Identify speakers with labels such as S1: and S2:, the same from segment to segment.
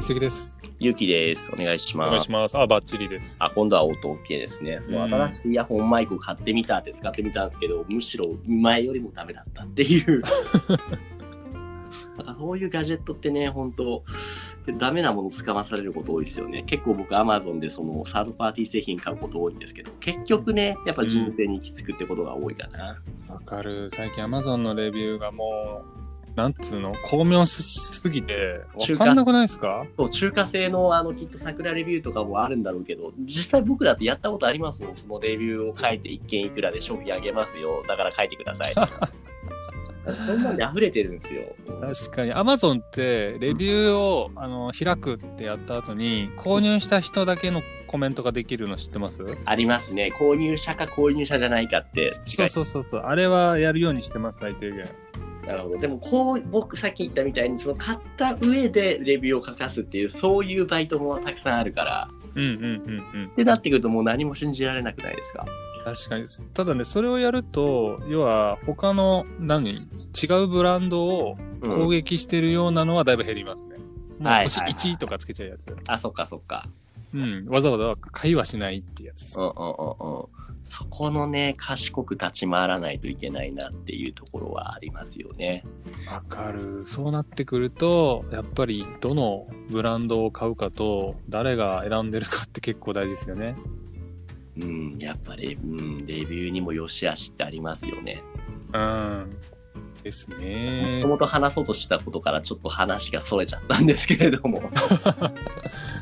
S1: 関です。
S2: ゆうきです。お願いし
S3: お願
S2: ま
S3: い
S2: す
S3: し。ます。あ、バッチリです。
S2: あ、今度はオート OK ですね。そう
S3: うん
S2: 新しいイヤホンマイクを買ってみたって使ってみたんですけど、むしろ前よりもダメだったっていう。 なんかそういうガジェットってね、本当ダメなもの使まされること多いですよね。結構僕、Amazon でそのサードパーティー製品買うこと多いんですけど、結局ね、やっぱ人生に行き着くってことが多いかな。
S3: わかる。最近 Amazon のレビューがもう、なんつうの巧妙しすぎて、わかんなくないですか
S2: そう中華製のあのきっと桜レビューとかもあるんだろうけど、実際僕だってやったことありますもん、そのレビューを書いて1件いくらで商品あげますよ、だから書いてください。そんなんで溢れてるんですよ。
S3: 確かに Amazon ってレビューをあの開くってやった後に購入した人だけのコメントができるの知ってます
S2: ありますね、購入者か購入者じゃないかって
S3: そ
S2: 違
S3: うそうそうそうあれはやるようにしてます最低限
S2: い。なるほど。でもこう、僕さっき言ったみたいに、その買った上でレビューを書かすっていう、そういうバイトもたくさんあるから、
S3: うんうんうんうん
S2: ってなってくるともう何も信じられなくないですか。
S3: 確かにただねそれをやると要は他の何違うブランドを
S2: うん
S3: 攻撃してるようなのはだいぶ減りますね、もう
S2: はいはい
S3: 星
S2: はい
S3: 1とかつけちゃうやつ、
S2: あ、そっかそっか。
S3: うんわざわざ会話しないってやつです
S2: うんうんうんうん、そこのね賢く立ち回らないといけないなっていうところはありますよね。
S3: わかるそうなってくるとやっぱりどのブランドを買うかと誰が選んでるかって結構大事ですよね
S2: うん、やっぱり、うん、レビューにも良し悪しってありますよね。
S3: うんですね
S2: もともと話そうとしたことからちょっと話がそれちゃったんですけれども、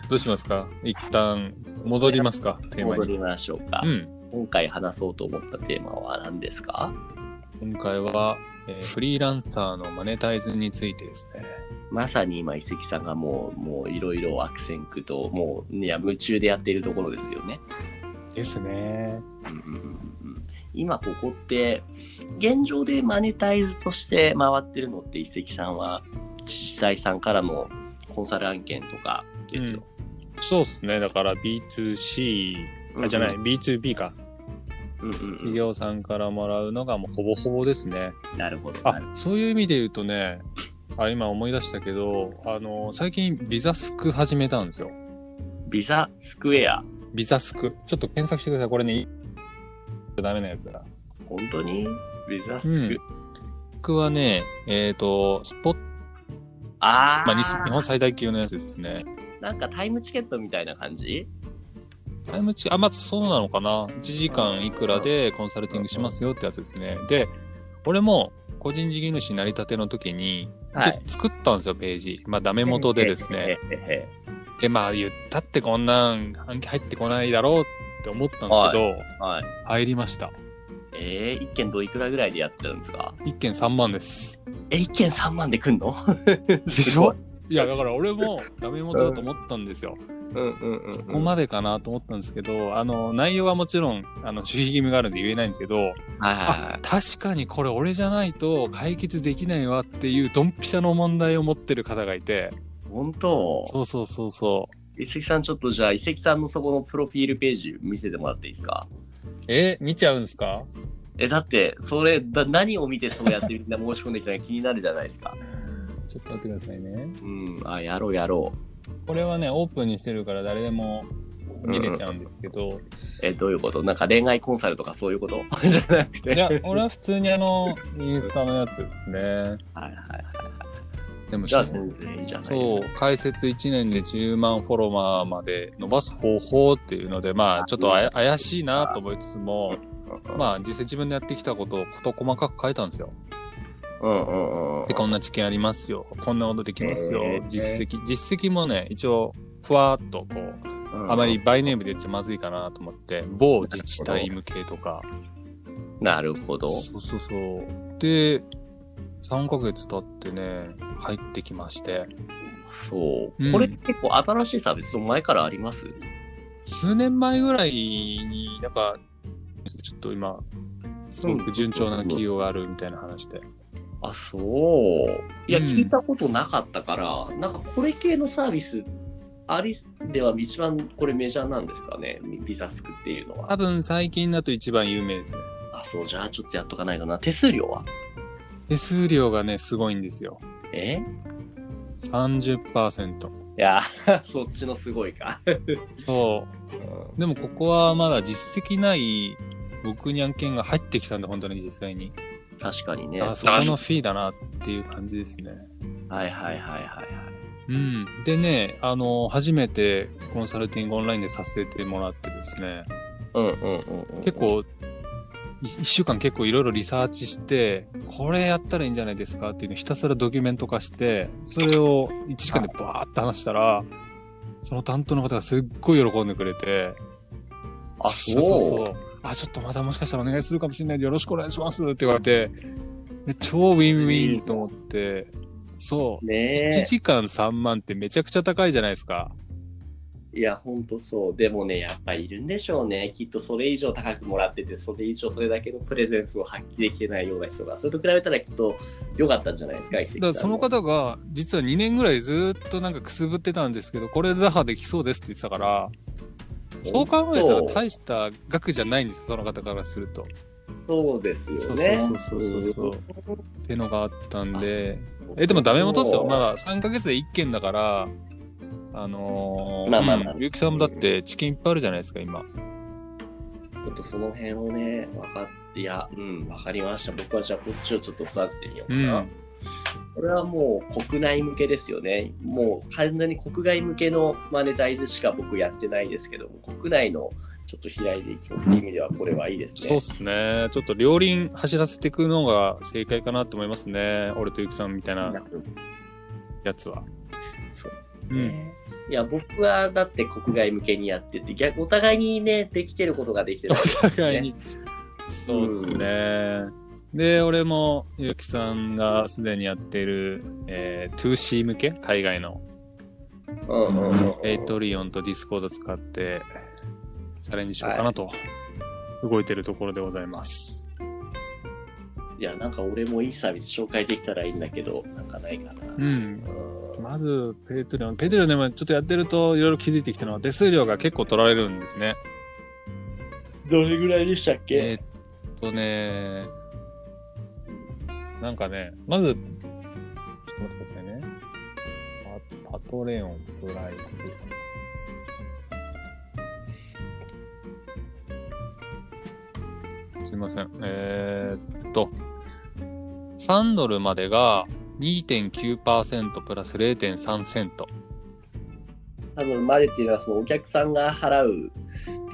S3: どうしますか一旦戻りますかテーマ
S2: 戻
S3: に
S2: りましょうか。
S3: うん
S2: 今回話そうと思ったテーマは何ですか
S3: 今回は、えーフリーランサーのマネタイズについてですね
S2: まさに今、一石さんがもう、もういろいろ悪戦苦闘、もう、いや、夢中でやっているところですよね。
S3: ですね
S2: うんうんうんうん今ここって現状でマネタイズとして回ってるのって一石さんは自治体さんからのコンサル案件とかですよ。
S3: そうっすねだから B2C あじゃない、B2B か
S2: うんうんうん
S3: 企業さんからもらうのがもうほぼほぼですね
S2: なるほど。な
S3: あ
S2: るほ
S3: そういう意味で言うとねあ今思い出したけどあの最近ビザスク始めたんですよ
S2: どビザスクエア、
S3: ビザスクちょっと検索してくださいこれねダメなやつだ
S2: 本当にビザスク、
S3: うん僕はねえっ、とスポット、
S2: ああ、
S3: まあ、日日本最大級のやつですね
S2: なんかタイムチケットみたいな感じ
S3: タイムチあまあそうなのかな1時間いくらでコンサルティングしますよってやつですねで俺も個人事業主になりたての時に、
S2: は
S3: ちょ
S2: い。
S3: 作ったんですよページまあダメ元でですね、
S2: へへへへ。
S3: でまあ言ったってこんなん入ってこないだろうって思ったんですけど、
S2: はい。
S3: 入りました
S2: えー、1件どいくらぐらいでやってるんですか
S3: 1件3万です
S2: え、1件3万で来んの
S3: でしょいやだから俺もダメ元だと思ったんですよ、
S2: うんうんうん、うん。
S3: そこまでかなと思ったんですけどあの内容はもちろんあの守秘義務があるんで言えないんですけど
S2: はいはいはい
S3: あ。確かにこれ俺じゃないと解決できないわっていうドンピシャの問題を持ってる方がいて
S2: 本当
S3: そうそうそうそ
S2: 一石さんちょっとじゃあ一石さんのそこのプロフィールページ見せてもらっていいですか
S3: うえ見ちゃうんですか
S2: えだってそれだ何を見てそうやってみんな申し込んできたのか気になるじゃないですか
S3: ちょっと待ってくださいね
S2: うんあやろうやろう
S3: これはねオープンにしてるから誰でも見れちゃうんですけど、
S2: えどういうことなんか恋愛コンサルとかそういうこと じゃなくて
S3: いや、俺は普通にあの、インスタのやつですね。
S2: はいはいはい
S3: でも
S2: じゃあ全然いいじゃない
S3: そう、解説1年で10万フォロワーまで伸ばす方法っていうので、まあ、ちょっとあや怪しいなと思いつつも、
S2: まあ
S3: まあ、実際自分でやってきたことを事細かく書いたんですよ。
S2: うんうんうん
S3: で、こんな知見ありますよ。こんなことできますよ
S2: へー。
S3: 実績。実績もね、一応、ふわーっとこう、あまりバイネームで言っちゃまずいかなと思って、某自治体向けとか、
S2: なるほど
S3: そうそうそう。で、3ヶ月経ってね、入ってきまして、
S2: そう、
S3: うん
S2: これ結構新しいサービス前からあります
S3: 数年前ぐらいに、なんか、ちょっと今、すごく順調な企業があるみたいな話で。
S2: あ、そう。いや、
S3: うん
S2: 聞いたことなかったから、なんかこれ系のサービス、ありでは一番これメジャーなんですかね、ビザスクっていうのは。
S3: 多分最近だと一番有名ですね。
S2: あ、そう、じゃあちょっとやっとかないかな。手数料は
S3: 手数料がね、すごいんですよ。
S2: え
S3: 30%。
S2: いや ー、そっちのすごいか。
S3: そうう。でもここはまだ実績ない僕に案件が入ってきたんで、本当に実際に。
S2: ん確かにね。
S3: あそこのフィーだなっていう感じですね。
S2: はいはいはいはいはい。
S3: うん。でね、あの、初めてコンサルティングオンラインでさせてもらってですね、
S2: うんうんうん、うん。
S3: 結。構、い一週間結構いろいろリサーチして、これやったらいいんじゃないですかっていうのをひたすらドキュメント化して、それを1時間でバーって話したら、その担当の方がすっごい喜んでくれて、
S2: あ、
S3: そう
S2: そう
S3: そうそう。あ、ちょっとまたもしかしたらお願いするかもしれないんでよろしくお願いしますって言われて、で超ウィンウィンと思って、そう。
S2: ねえ。
S3: 1時間3万ってめちゃくちゃ高いじゃないですか。
S2: いや、ほんとそう。でもね、やっぱいるんでしょうね。きっとそれ以上高くもらってて、それ以上それだけのプレゼンスを発揮できてないような人が、それと比べたらきっと良かったんじゃないですか、
S3: だからその方
S2: 方
S3: が実は2年ぐらいずっとなんかくすぶってたんですけど、これ打破できそうですって言ってたから、そう考えたら大した額じゃないんですよ、その方からすると。
S2: そうですよ
S3: そう
S2: ね。
S3: そうそうそうそう。ってのがあったんで、
S2: うん
S3: え、でもダメ元ですよ。まだ3ヶ月で1件だから、あのー、
S2: まあまあまあ
S3: うん、ゆうきさんもだって知見いっぱいあるじゃないですか、今。
S2: ちょっとその辺をね、分かって、いや、うん、分かりました。僕はじゃあこっちをちょっと育ててみよう
S3: う
S2: かな。
S3: ん。
S2: これはもう国内向けですよね。もう完全に国外向けのマネタイズしか僕やってないですけども、国内のちょっと開いていこうっていう意味では、これはいいですね。
S3: そうっすね。ちょっと両輪走らせていくのが正解かなと思いますね。俺とゆうきさんみたいなやつは。。
S2: そう
S3: ん。
S2: いや、僕はだって国外向けにやってて、逆お互いにね、できてることができてる。
S3: お互いに。そうですね。で、俺も、ゆうきさんがすでにやっている、えー、2C 向け海外の、
S2: うんうんうんうん。
S3: エイトリオンとディスコード使って、チャレンジしようかなと、動いてるところでございます。
S2: いや、なんか俺もいいサービス紹介できたらいいんだけど、なんかないかな。
S3: うん。まず、ペイトリオン。ペイトリオンでもちょっとやってると、いろいろ気づいてきたのは、手数料が結構取られるんですね。
S2: どれぐらいでしたっけ、
S3: えーっとね、なんかね、まず、ちょっと待ってくださいね。パパトレオンプライス。すいません。えーっと、3ドルまでが2.9%プラス0.3セント。
S2: 多分までっていうのはそのお客さんが払う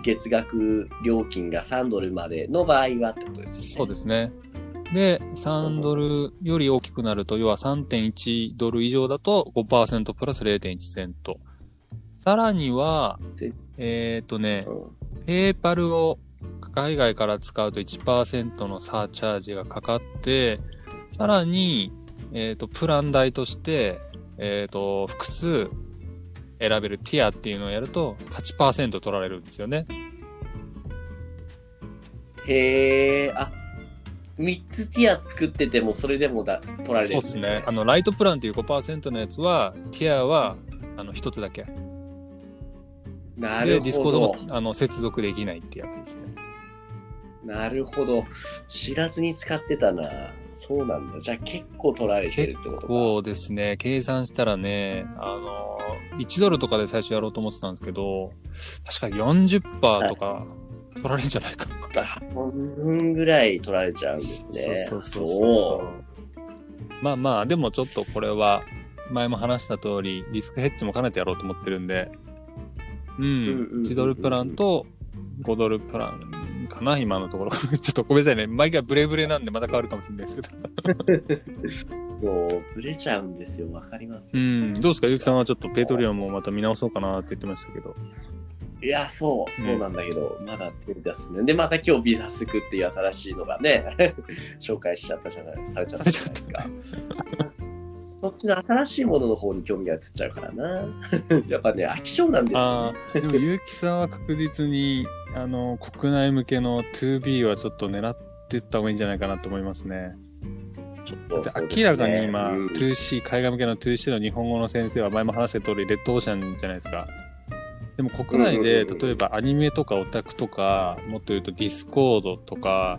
S2: 月額料金が3ドルまでの場合はってことです
S3: そ
S2: よ
S3: う
S2: ね。
S3: ですね。で、3ドルより大きくなると、要は3.1ドル以上だと5%プラス0.1セント。さらには
S2: で、
S3: えっ、とね、
S2: うん
S3: ペーパルを海外から使うと1%のサーチャージがかかって、さらに、えっ、と、プラン代として、えっ、と、複数選べるティアっていうのをやると8%取られるんですよね。
S2: へえ、あ3つティア作っててもそれでもだ取られるん
S3: そうですね。あの、ライトプランっていう5%のやつは、ティアは、あの、一つだけ。
S2: な
S3: で、
S2: るほど。
S3: ディスコードも、あの、接続できないってやつですね。
S2: なるほど。知らずに使ってたな。そうなんだ。じゃあ結構取られてるってことか。
S3: そうですね。計算したらね、あの、1ドルとかで最初やろうと思ってたんですけど、確か40%とか取られるんじゃないかな。
S2: 半分ぐらい取られちゃうんです
S3: そう
S2: ね。
S3: そうそうそうそう。まあまあ、でもちょっとこれは、前も話した通り、リスクヘッジも兼ねてやろうと思ってるんで、うん
S2: うんうんうんうん、
S3: 1ドルプランと5ドルプランかな、今のところ。 ちょっとごめんなさいね。毎回ブレブレなんでまた変わるかもしれないですけど。
S2: そうもうずれちゃうんですよ。わかります
S3: う
S2: よ。
S3: ん、どうですか、ゆうきさんはちょっとペイトリオンもまた見直そうかなって言ってましたけど。
S2: いや、そう、
S3: うん
S2: そうなんだけど、まだ手出すね。で、また今日ビザスクっていう新しいのがね、 紹介しちゃったじゃない、されちゃったじゃないですか。 そっちの新しいものの方に興味が移っちゃうからな。 やっぱね、飽き性なんですよ、
S3: あ
S2: ね。
S3: あ、でもゆうきさんは確実に、あの、国内向けの 2B はちょっと狙ってった方がいいんじゃないかなと思いますね。
S2: ちょっ
S3: だ
S2: と
S3: って明らかに今、
S2: そうですね
S3: 2C、海外向けの 2C の日本語の先生は前も話した通り、レッドオーシャンじゃないですか。でも国内
S2: う
S3: で、
S2: んうんうん
S3: 例えばアニメとかオタクとか、もっと言うとディスコードとか、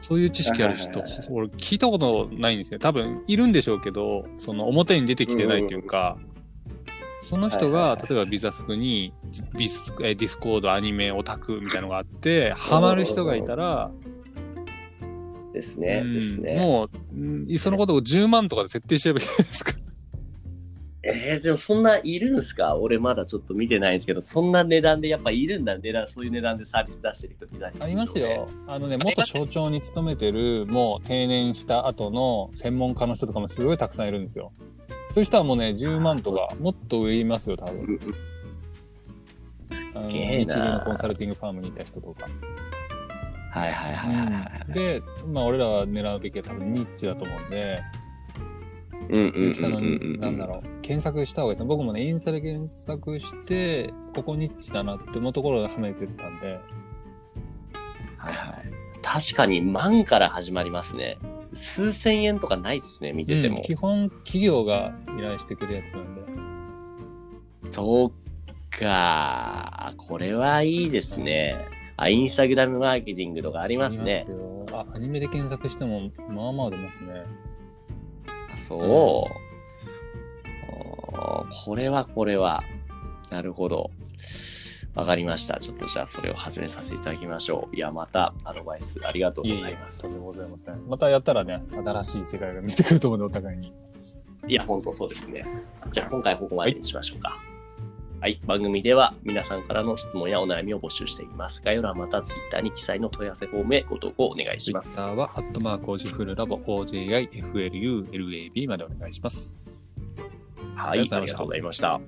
S3: そういう知識ある人
S2: はいはいはい、
S3: 俺聞いたことないんですよ。多分いるんでしょうけど、その表に出てきてないというか、その人
S2: はい
S3: が、
S2: はいはい
S3: 例えばビザスクにディスえーディスコードアニメオタクみたいのがあってハマる人がいたら、
S2: ですね、
S3: うん
S2: ですね。
S3: もう、うんいっそのことを10万とかで設定しちゃえばいいじゃない ですか。
S2: えー、でもそんないるんすか俺まだちょっと見てないんですけど、そんな値段でやっぱいるんだ、値段、そういう値段でサービス出してる人いない、
S3: ありますよ。。あのね、
S2: あり
S3: 元
S2: ます
S3: 省庁に勤めてる、もう定年した後の専門家の人とかもすごいたくさんいるんですよ。そういう人はもうね、10万とか、もっと上いますよ、多分。
S2: うんうん
S3: あの
S2: すげえな
S3: 一流のコンサルティングファームに行った人とか。
S2: はいはいはいはいはい。
S3: で、まあ、俺らは狙うべきは多分ニッチだと思うんで、
S2: うんうんうんうんうん
S3: ゆきさんの、なんだろう、検索した方がいいですね。僕もね、インスタで検索して、ここニッチだなって思うところではめてったんで、
S2: はいはい。確かに万から始まりますね。数千円とかないですね、見てて
S3: うん
S2: も。
S3: 基本、企業が依頼してくるやつなんで。
S2: そうか。これはいいですね。あ、インスタグラムマーケティングとかありますね。
S3: よあ、アニメで検索しても、まあまあ出ますね。
S2: そう。あーこれはこれは。なるほど。わかりました。ちょっとじゃあそれを始めさせていただきましょう。いや、またアドバイスありがとうございます。
S3: とんでもございません。またやったらね、新しい世界が見えてくると思うので、お互いに。
S2: いや、本当そうですね。じゃあ今回ここまでにしましょうか。はい、番組では皆さんからの質問やお悩みを募集しています。概要欄また Twitter に記載の問い合わせフォームへご投稿お願いします。
S3: Twitter は、アットマーク OGFL ラボ、OJIFLU、LAB までお願いします。
S2: はい、ありがとうございました。